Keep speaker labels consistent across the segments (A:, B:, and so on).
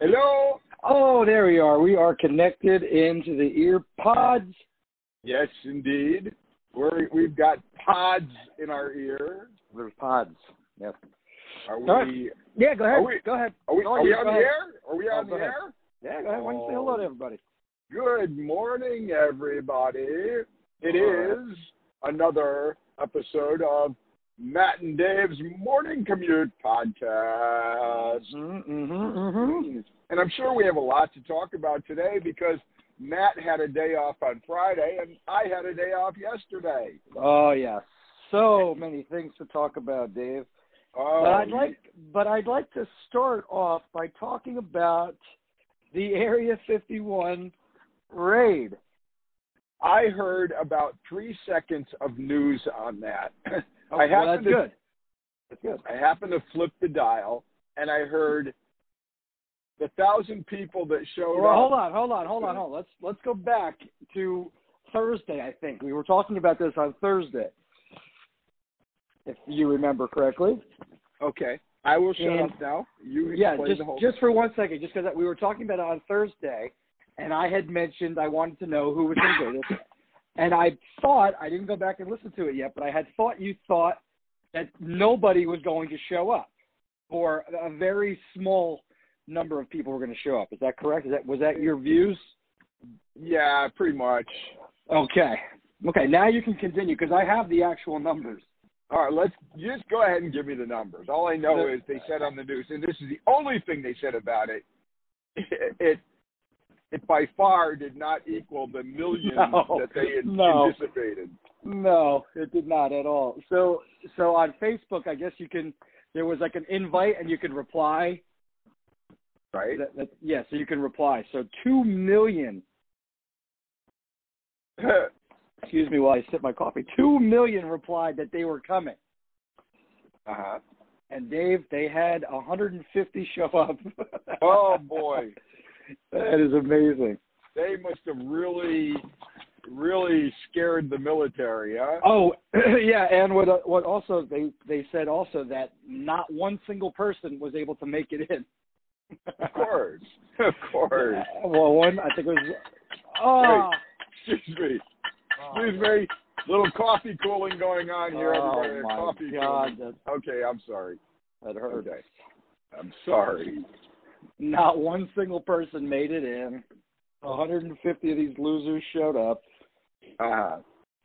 A: Hello.
B: Oh, there we are. We are connected into the ear pods.
A: Yes, indeed. We're, we've got pods in our ear.
B: There's pods. Yep.
A: Are we?
B: All right. Yeah, go ahead.
A: Are we-
B: go ahead.
A: Are we,
B: No,
A: are we
B: you
A: on
B: go
A: the
B: ahead.
A: air? Are we
B: Oh,
A: on
B: go
A: the
B: ahead.
A: air?
B: Yeah, go ahead. Why don't you say hello to everybody?
A: Good morning, everybody. It is
B: All
A: another episode of Matt and Dave's Morning Commute Podcast.
B: Mm-hmm, mm-hmm,
A: And I'm sure we have a lot to talk about today because Matt had a day off on Friday and I had a day off yesterday.
B: Oh, yeah. So many things to talk about, Dave.
A: Oh,
B: But I'd like, but I'd like to start off by talking about the Area 51 raid.
A: I heard about three seconds of news on that.
B: Oh,
A: I
B: well,
A: happened
B: that's
A: to
B: good. That's good.
A: I happened to flip the dial and I heard the thousand people that showed
B: Well,
A: up.
B: hold on, hold on, hold on, hold on. Let's let's go back to Thursday. I think we were talking about this on Thursday, if you remember correctly.
A: Okay, I will shut
B: And-
A: up now. You
B: Yeah,
A: explain
B: just
A: the whole.
B: just for one second, just because we were talking about it on Thursday, and I had mentioned I wanted to know who was in Vegas, and I thought I didn't go back and listen to it yet, but I had thought you thought that nobody was going to show up, or a very small number of people were going to show up. Is that correct? Is that was that your views?
A: yeah, pretty much.
B: Okay. Okay, now you can continue because I have the actual numbers.
A: All right, let's you just go ahead and give me the numbers. All I know is they said on the news, and this is the only thing they said about it. It it by far did not equal the millions
B: No,
A: that they had
B: no.
A: anticipated.
B: No, it did not at all. So, so on Facebook, I guess you can. There was like an invite, and you could reply.
A: Right?
B: That, that, yeah, so you can reply. So two million. Excuse me, while I sip my coffee. Two million replied that they were coming,
A: uh-huh.
B: and Dave, they had 150 show up.
A: Oh boy.
B: that is amazing.
A: they must have really, really scared the military, huh?
B: Oh yeah, and what uh, what also they they said also that not one single person was able to make it in.
A: Of course, of course.
B: Well, one I think it was. Oh,
A: Excuse me, excuse me. Little coffee cooling going on here.
B: oh
A: Everybody,
B: my
A: coffee
B: God, that,
A: Cooling. Okay, I'm sorry.
B: that hurt.
A: Okay. I'm sorry.
B: Not one single person made it in. 150 of these losers showed up.
A: Uh,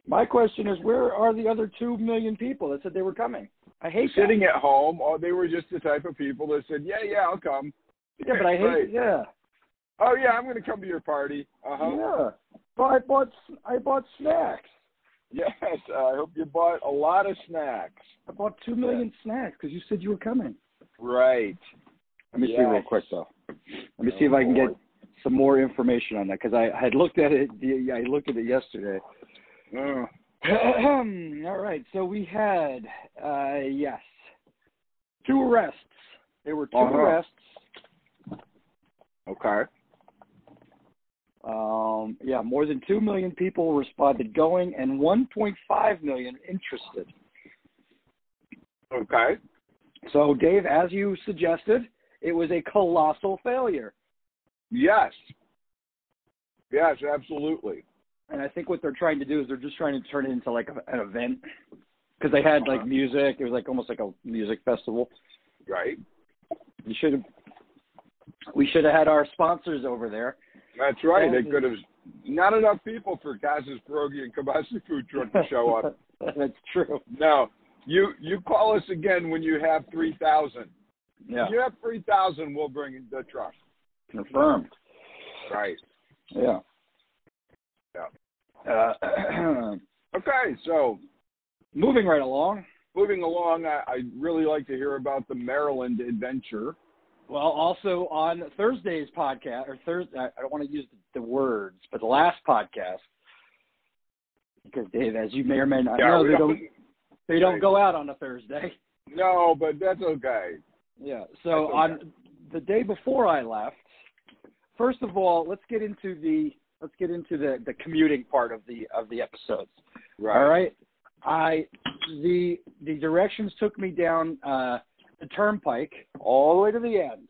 B: My question is, where are the other two million people that said they were coming? I hate that.
A: sitting at home, oh, they were just the type of people that said, "Yeah, yeah, I'll come."
B: Yeah, but I hate.
A: Right.
B: Yeah,
A: Oh yeah, I'm going to come to your party. Uh huh.
B: yeah. But I bought s- I bought snacks.
A: Yes, I hope you bought a lot of snacks.
B: I bought two million snacks because you said you were coming.
A: Right.
B: Let me see
A: Yes.
B: real quick though. Let me see if I can get some more information on that because I had looked at it. I looked at it yesterday.
A: Uh,
B: All right, so we had uh, yes, two arrests. There were 2
A: Uh-huh.
B: arrests.
A: okay.
B: Um, yeah, more than two million people responded going, and 1.5 million interested.
A: Okay.
B: So, Dave, as you suggested, it was a colossal failure.
A: Yes. Yes, absolutely.
B: and I think what they're trying to do is they're just trying to turn it into like a, an event because they had like
A: Uh-huh.
B: music. It was like almost like a music festival.
A: Right.
B: You should have. We should have had our sponsors over there.
A: That's right. They
B: Yeah.
A: could have not enough people for Casas Pierogi and Kabasi food truck to show up.
B: That's true.
A: no, you you call us again when you have three thousand.
B: Yeah,
A: If you have three thousand, we'll bring the truck.
B: confirmed.
A: Right.
B: Yeah.
A: Yeah.
B: Uh,
A: Okay. So
B: moving right along.
A: moving along, I, I really like to hear about the Maryland adventure.
B: Well, also on Thursday's podcast or Thursday, I I don't want to use the words, but the last podcast. Because Dave, as you may or may not know,
A: we
B: they
A: don't-
B: don't they don't go out on a Thursday.
A: no, but that's okay.
B: Yeah. So
A: That's
B: on
A: okay.
B: the day before I left, first of all, let's get into the let's get into the the commuting part of the of the episodes. All right. I the the directions took me down uh the turnpike all the way to the end.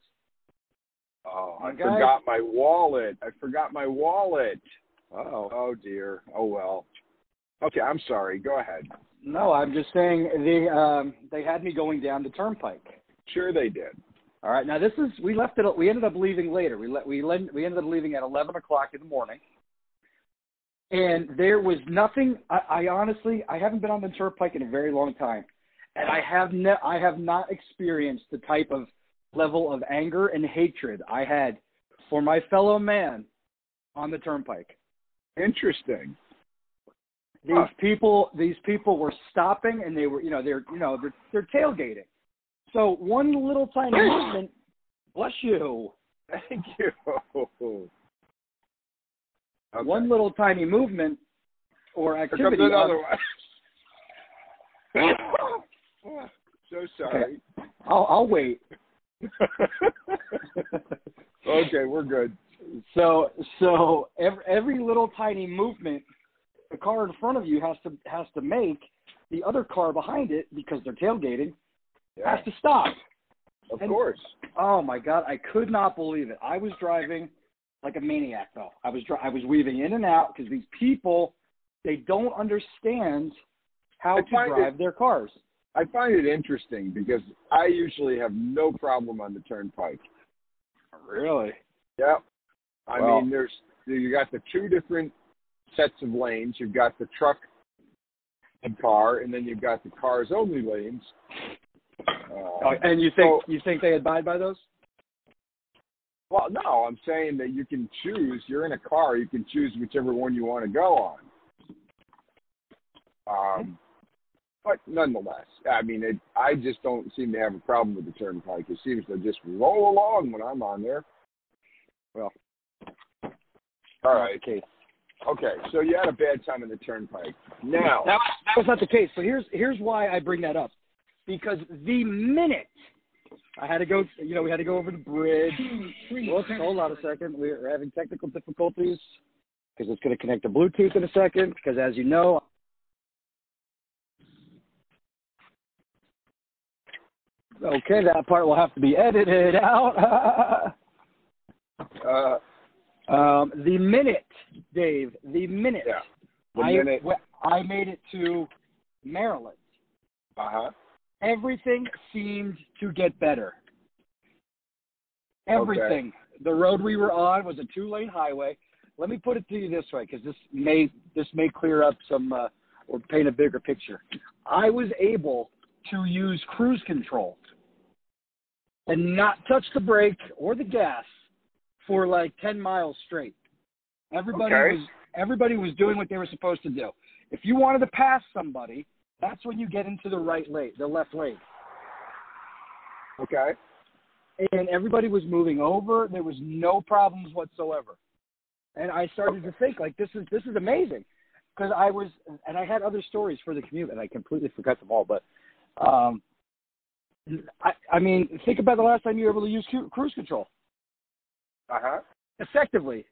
A: Oh, I
B: Okay.
A: forgot my wallet. I forgot my wallet.
B: Oh.
A: Oh dear. Oh well. Okay, I'm sorry. Go ahead.
B: No, I'm just saying they um they had me going down the turnpike.
A: Sure they did.
B: All right. Now this is we left it we ended up leaving later. We let we len- we ended up leaving at eleven o'clock in the morning. And there was nothing I, I honestly I haven't been on the turnpike in a very long time. And I have ne- I have not experienced the type of level of anger and hatred I had for my fellow man on the turnpike.
A: Interesting.
B: these
A: Huh.
B: people these people were stopping and they were you know they're you know they're, they're tailgating so one little tiny movement bless you
A: Thank you. Okay.
B: one little tiny movement or
A: Here comes
B: activity
A: another
B: on,
A: one. so sorry.
B: I'll, I'll wait
A: okay, we're good.
B: so so every, every little tiny movement the car in front of you has to has to make the other car behind it because they're tailgating
A: Yeah,
B: has to stop
A: of
B: and-
A: course.
B: Oh my god, I could not believe it. I was driving like a maniac though. I was dri- I was weaving in and out because these people they don't understand how
A: I
B: to
A: find
B: drive their cars.
A: I find it interesting because I usually have no problem on the turnpike.
B: Really?
A: Yep. I
B: Well-
A: mean, there's you got the two different sets of lanes. You've got the truck and car, and then you've got the cars only lanes. Uh,
B: and you think
A: so-
B: you think they abide by those?
A: well, no, I'm saying that you can choose. You're in a car. You can choose whichever one you want to go on. Um, but nonetheless, I mean, it, I just don't seem to have a problem with the turnpike. It seems to just roll along when I'm on there.
B: Well.
A: all right.
B: Okay.
A: Okay, so you had a bad time in the turnpike. Now,
B: That was, that was not the case. So here's here's why I bring that up. Because the minute I had to go, you know, we had to go over the bridge. Whoops, hold on a second. We are having technical difficulties because it's going to connect to Bluetooth in a second. Because as you know, okay, that part will have to be edited out.
A: uh,
B: um, the minute, Dave, the minute,
A: Yeah. the
B: I,
A: minute,
B: wh- I made it to Maryland,
A: uh-huh.
B: everything seemed to get better. Everything. The road we were on was a two-lane highway. Let me put it to you this way, because this may this may clear up some uh, or paint a bigger picture. I was able to use cruise control and not touch the brake or the gas for like ten miles straight. Everybody
A: Okay.
B: was everybody was doing what they were supposed to do. If you wanted to pass somebody, that's when you get into the right lane, the left lane
A: okay.
B: and everybody was moving over. There was no problems whatsoever. And I started to think like this is this is amazing because I was and I had other stories for the commute and I completely forgot them all. But um, I, I mean, think about the last time you were able to use cu- cruise control
A: Uh-huh.
B: effectively.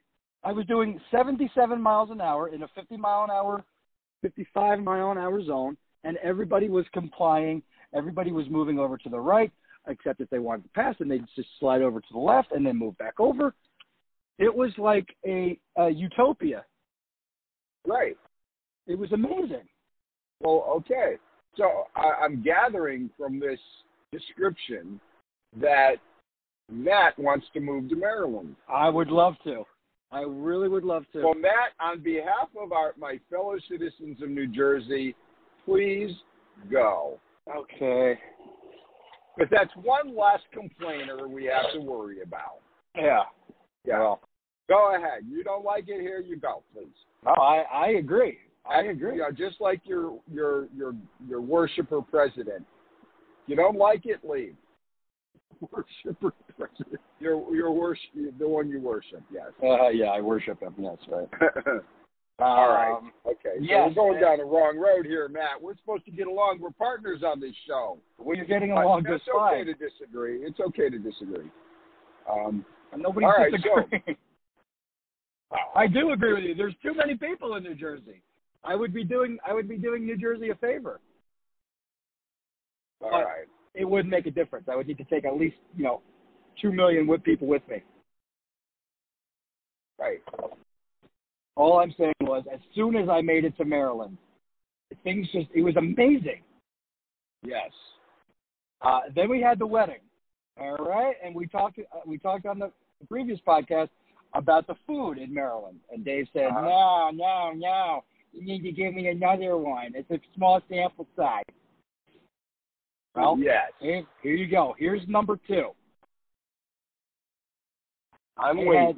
B: I was doing 77 miles an hour in a 50 mile an hour, 55 mile an hour zone, and everybody was complying. Everybody was moving over to the right, except if they wanted to pass, and they'd just slide over to the left and then move back over. It was like a, a utopia.
A: Right.
B: It was amazing.
A: Well, okay. So I, I'm gathering from this description that Matt wants to move to Maryland.
B: I would love to. I really would love to.
A: So Matt, on behalf of our my fellow citizens of New Jersey, please go.
B: Okay.
A: But that's one less complainer we have to worry about.
B: Yeah.
A: Yeah. go ahead. You don't like it here, you go, please.
B: No, I, I agree. I
A: And,
B: agree.
A: You know, just like your your your your worshiper president. You don't like it, leave.
B: Worshiper president.
A: Your your worship, the one you worship. Yes.
B: Uh, yeah, I worship him. Yes, right.
A: All right.
B: Um,
A: Okay.
B: yes,
A: so we're going
B: and-
A: down the wrong road here, Matt. We're supposed to get along. We're partners on this show.
B: Well, you're getting along
A: But
B: just
A: it's
B: fine.
A: okay to disagree. It's okay to disagree. Um,
B: Nobody's
A: All right,
B: disagreeing. I do agree with you. There's too many people in New Jersey. I would be doing I would be doing New Jersey a favor.
A: all
B: But-
A: right.
B: It would make a difference. I would need to take at least you know two million with people with me.
A: Right.
B: All I'm saying was, as soon as I made it to Maryland, things just, it was amazing.
A: Yes.
B: Uh, then we had the wedding. All right. And we talked, uh, we talked on the previous podcast about the food in Maryland. And Dave said,
A: Uh-huh.
B: no, no, no. You need to give me another one. It's a small sample size. Well,
A: yes.
B: here, here you go. Here's number two.
A: I'm
B: they
A: waiting.
B: had-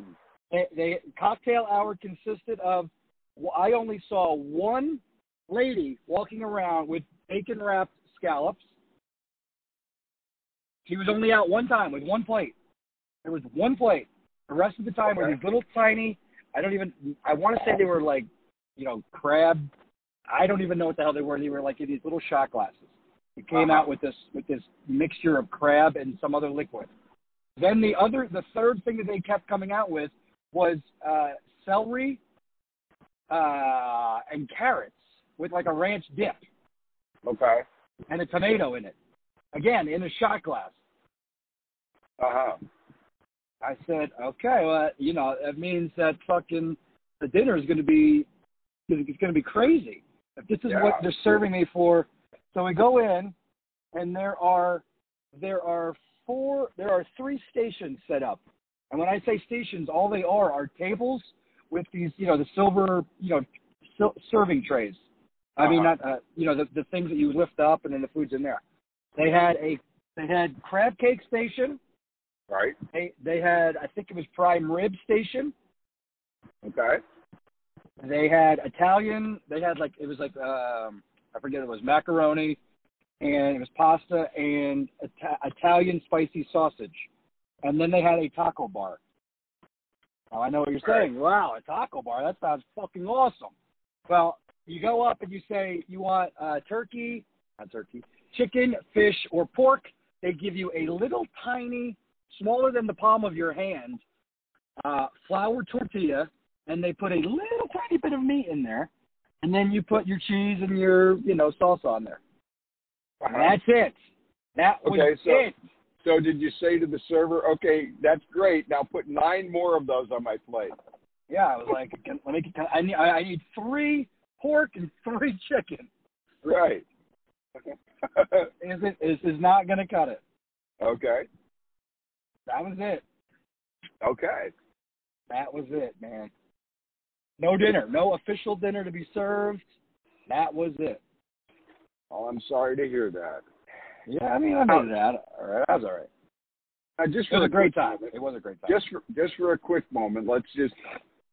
B: They, they cocktail hour consisted of I only saw one lady walking around with bacon wrapped scallops. She was only out one time with one plate. There was one plate. The rest of the time were
A: Okay.
B: these little tiny. I don't even. I want to say they were like, you know, crab. I don't even know what the hell they were. They were like in these little shot glasses. It came
A: Uh-huh.
B: out with this with this mixture of crab and some other liquid. Then the other, the third thing that they kept coming out with was uh, celery uh, and carrots with like a ranch dip
A: okay.
B: and a tomato in it. Again, in a shot glass.
A: Uh huh.
B: I said, okay, well, you know, that means that fucking the dinner is going to be it's going to be crazy. If this is what
A: Yeah.
B: they're serving me for, so we go in, and there are there are four there are three stations set up, and when I say stations, all they are are tables with these you know the silver you know sil- serving trays. I mean,
A: Uh-huh.
B: not uh, you know the the things that you lift up and then the food's in there. They had a they had crab cake station.
A: Right.
B: They they had I think it was prime rib station.
A: Okay.
B: They had Italian. They had like it was like um I forget it was macaroni, and it was pasta and Ita- Italian spicy sausage, and then they had a taco bar. Now I know what you're
A: Right.
B: saying. Wow, a taco bar. That sounds fucking awesome. Well, you go up and you say you want uh, turkey, not turkey, chicken, fish, or pork. They give you a little tiny, smaller than the palm of your hand, uh, flour tortilla, and they put a little tiny bit of meat in there, and then you put your cheese and your you know salsa on there.
A: Uh-huh.
B: And that's it. That was
A: Okay, so-
B: it.
A: So did you say to the server, okay, that's great. Now put nine more of those on my plate.
B: Yeah, I was like, can, let me. Can, I need I I need three pork and three chicken.
A: Right.
B: Is it is is not gonna cut it.
A: okay.
B: That was it.
A: Okay.
B: That was it, man. No dinner, no official dinner to be served. That was it.
A: Oh, I'm sorry to hear that.
B: Yeah, I mean, I made it out. All right, that was all right.
A: Uh, just
B: Oh. It
A: for
B: was a
A: the
B: great time. It was a great time.
A: just for, just for a quick moment, let's just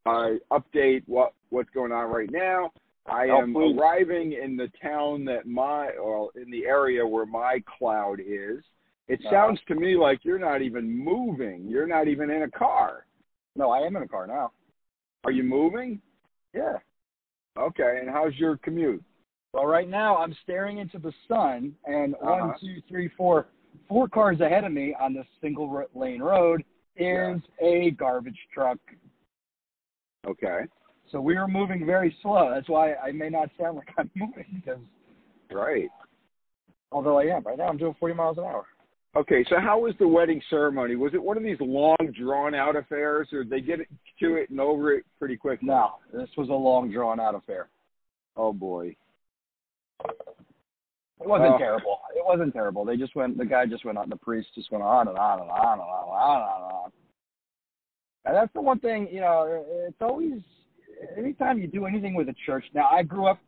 A: uh, update what what's going on right now. I
B: Oh,
A: am
B: please.
A: arriving in the town that my or in the area where my cloud is. It
B: Uh-huh.
A: sounds to me like you're not even moving. You're not even in a car.
B: no, I am in a car now.
A: Are you moving?
B: Yeah.
A: Okay. And how's your commute?
B: Well, right now I'm staring into the sun, and one,
A: Uh-huh.
B: two, three, four, four cars ahead of me on this single ro- lane road is a garbage truck.
A: Okay.
B: So we were moving very slow. That's why I may not sound like I'm moving, because
A: Right.
B: although I am right now, I'm doing 40 miles an hour.
A: Okay. So how was the wedding ceremony? Was it one of these long, drawn-out affairs, or did they get it to it and over it pretty quickly?
B: No, this was a long, drawn-out affair.
A: Oh boy.
B: It wasn't
A: Oh.
B: terrible. It wasn't terrible. They just went. The guy just went on. The priest just went on and on and on and on and on and on. And that's the one thing. You know, it's always anytime you do anything with a church. Now, I grew up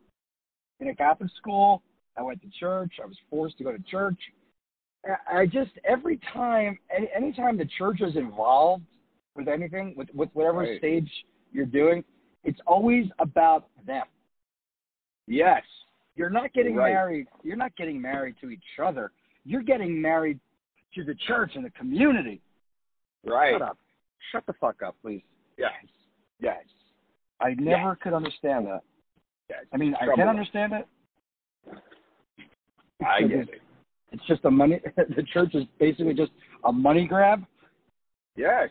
B: in a Catholic school. I went to church. I was forced to go to church. I- I just every time, any anytime the church is involved with anything, with with whatever
A: Right.
B: stage you're doing, it's always about them
A: Yes.
B: you're not getting
A: Right.
B: married you're not getting married to each other you're getting married to the church and the community
A: Right.
B: shut up shut the fuck up please
A: Yes. Yes.
B: i never could understand that
A: Yes.
B: i mean i
A: Trouble.
B: can understand it
A: I
B: It's
A: get
B: just-
A: it.
B: it's just a money the church is basically just a money grab
A: Yes.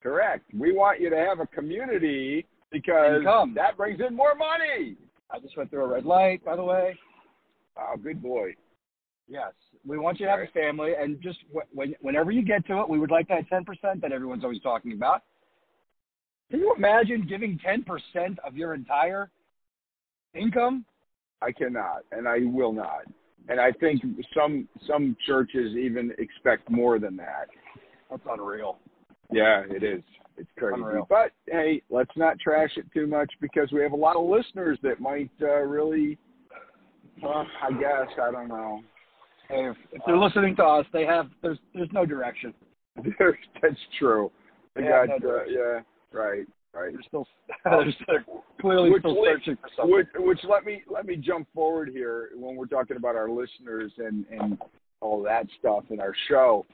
A: Correct. We want you to have a community because
B: Income.
A: that brings in more money.
B: i just went through a red light by the way
A: Oh, good boy.
B: yes we want you to have a family and just wh- when whenever you get to it we would like that 10% that everyone's always talking about Can you imagine giving ten percent of your entire income?
A: I cannot, and I will not. And I think some some churches even expect more than that.
B: That's unreal.
A: Yeah, it is. It's crazy.
B: Unreal.
A: But hey, let's not trash it too much because we have a lot of listeners that might uh, really. Uh, I guess I don't know.
B: Hey, if, if they're listening to us, they have there's there's no direction.
A: There's, that's true. They
B: Yeah,
A: got,
B: no
A: uh,
B: direction.
A: yeah, right, right.
B: They're still they're still- clearly
A: Which
B: still
A: link-
B: searching for something.
A: Which, which let me let me jump forward here when we're talking about our listeners and and all that stuff in our show,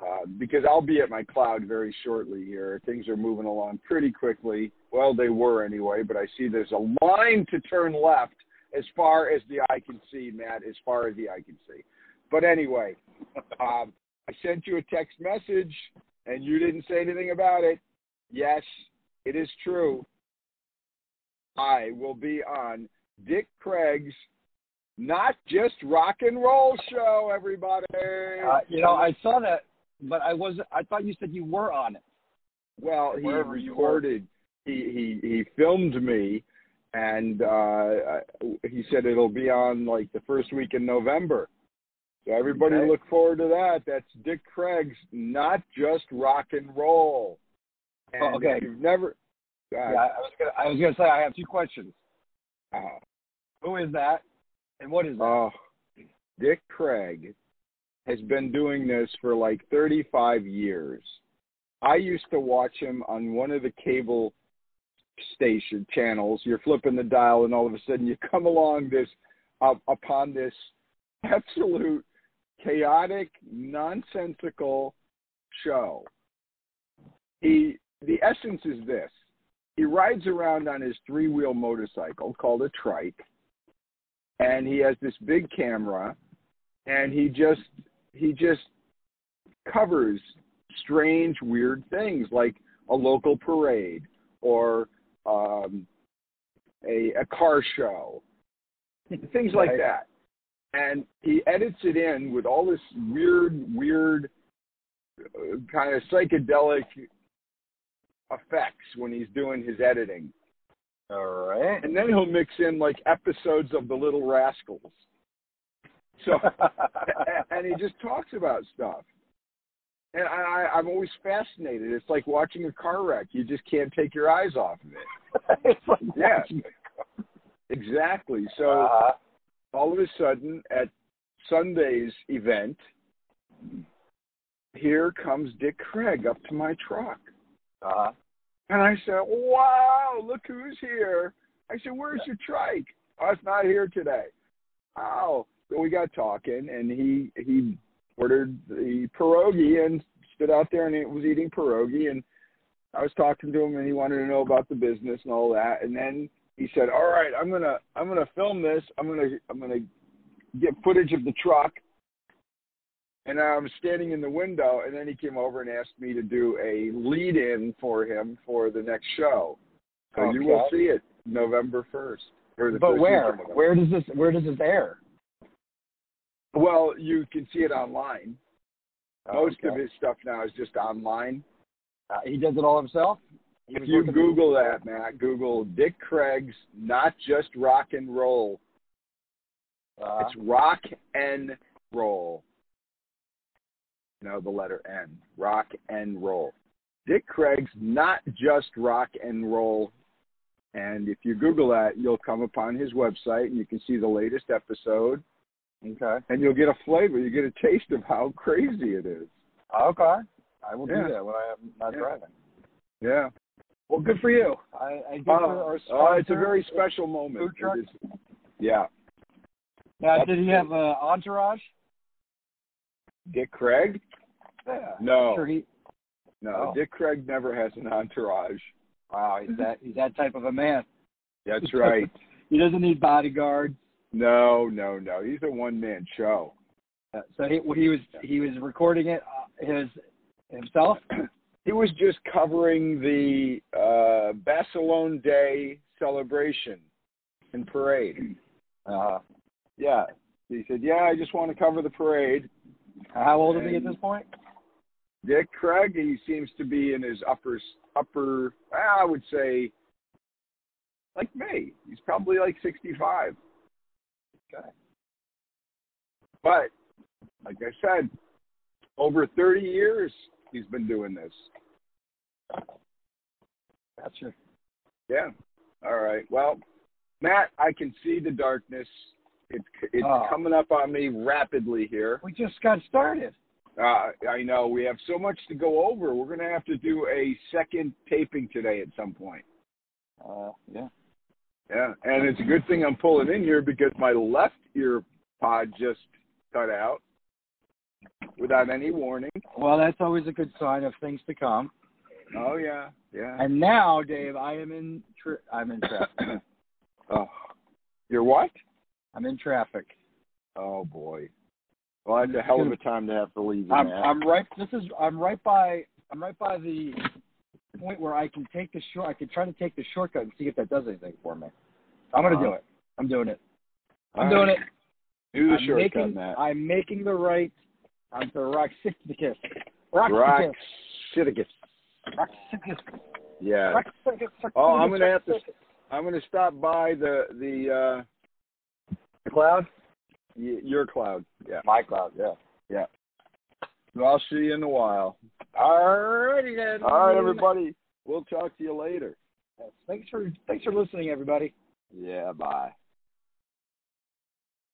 A: uh, because I'll be at my cloud very shortly here. Things are moving along pretty quickly. Well, they were anyway, but I see there's a line to turn left as far as the eye can see, Matt. As far as the eye can see. But anyway, um, I sent you a text message and you didn't say anything about it. Yes, it is true. I will be on Dick Craig's Not Just Rock and Roll Show, everybody.
B: Uh, you know, I saw that, but I was I thought you said you were on it.
A: well, he
B: wherever you
A: recorded, he, he, he filmed me, and uh, I- he said it'll be on like the first week in November. So everybody
B: Okay.
A: look forward to that. That's Dick Craig's Not Just Rock and Roll. And
B: Oh, okay.
A: if you've never, uh,
B: Yeah, I was gonna I was gonna say I have two questions.
A: uh,
B: Who is that, and what is that?
A: Oh, Dick Craig has been doing this for like 35 years. I used to watch him on one of the cable station channels. You're flipping the dial, and all of a sudden you come along this up upon this absolute chaotic, nonsensical show. He the essence is this: he rides around on his three-wheel motorcycle called a trike and he has this big camera and he just he just covers strange weird things like a local parade or um a a car show things like
B: Right.
A: that and he edits it in with all this weird weird uh, kind of psychedelic effects when he's doing his editing
B: All right.
A: and then he'll mix in like episodes of the Little Rascals. So and he just talks about stuff. And I, I- I'm always fascinated. It's like watching a car wreck. You just can't take your eyes off of it.
B: it's like
A: Yeah.
B: watching-
A: Exactly. So
B: Uh,
A: all of a sudden at Sunday's event, here comes Dick Craig up to my truck.
B: uh,
A: And I said, Wow, look who's here. I said, Where's your trike? Oh, it's not here today. Oh. So we got talking and he he ordered the pierogi and stood out there and he was eating pierogi and I was talking to him and he wanted to know about the business and all that and then he said, All right, I'm gonna I'm gonna film this. I'm gonna I'm gonna get footage of the truck and I'm standing in the window, and then he came over and asked me to do a lead in for him for the next show. So you will
B: Okay.
A: see it November 1st. Or the
B: but
A: first
B: where?
A: weekend of November.
B: Where does this? Where does this air?
A: Well, you can see it online. Most
B: Oh, Okay.
A: of his stuff now is just online.
B: Uh, he does it all himself. He
A: If
B: was
A: you
B: looking-
A: Google that, Matt, Google Dick Craig's Not Just Rock and Roll.
B: uh,
A: It's Rock and Roll. No, the letter N. Rock and Roll. Dick Craig's not just rock and roll. And if you Google that, you'll come upon his website and you can see the latest episode
B: okay.
A: and you'll get a flavor. You get a taste of how crazy it is.
B: Okay. I will
A: Yeah.
B: do that when I am not
A: Yeah.
B: driving.
A: Yeah.
B: Well, good for you. I, I give her our
A: oh, it's a
B: sponsor-
A: very special moment.
B: Food truck?
A: It is- yeah.
B: Now, did he have an entourage?
A: Dick Craig?
B: Yeah.
A: No.
B: Sure he,
A: No,
B: Oh.
A: Dick Craig never has an entourage.
B: wow, he's that he's that type of a man.
A: That's right.
B: He doesn't need bodyguards.
A: No, no, no. He's a one man show.
B: Uh, so he he was he was recording it uh, his himself.
A: He was just covering the uh, Barcelona Day celebration and parade.
B: Uh,
A: Uh-huh. Yeah. He said, Yeah, I just want to cover the parade.
B: how old is he at this point?
A: Dick Craig, he seems to be in his upper upper. ah, I would say, like me, he's probably like sixty-five. Okay, but like I said, over thirty years he's been doing this.
B: Gotcha.
A: Yeah. All right. Well, Matt, I can see the darkness. It's it's
B: Oh.
A: coming up on me rapidly here.
B: We just got started.
A: Uh, I know we have so much to go over. We're going to have to do a second taping today at some point.
B: Uh, yeah.
A: Yeah, and it's a good thing I'm pulling in here because my left ear pod just cut out without any warning.
B: Well, that's always a good sign of things to come.
A: Oh yeah, yeah.
B: And now, Dave, I am in. Tra- I'm in traffic.
A: oh, you're what?
B: I'm in traffic.
A: Oh boy. Well, that's a hell of a time to have to leave. you,
B: I'm,
A: Matt.
B: I'm right. This is. I'm right by. I'm right by the point where I can take the short. I can try to take the shortcut and see if that does anything for me. I'm gonna do
A: Uh-huh.
B: it. I'm doing it. I'm
A: All
B: doing
A: right.
B: it.
A: Do the
B: I'm
A: shortcut,
B: making,
A: Matt.
B: I'm making the right. I'm the Roxicus.
A: Rock
B: Roxicus.
A: Sidious.
B: Roxicus.
A: Yeah.
B: Roxicus.
A: Oh, I'm gonna have to. I'm gonna stop by the the uh, the cloud. Y- your cloud. Yeah.
B: My cloud. Yeah.
A: So I'll see you in a while.
B: Alrighty then.
A: All right, everybody. We'll talk to you later.
B: Thanks for thanks for listening, everybody.
A: Yeah. Bye.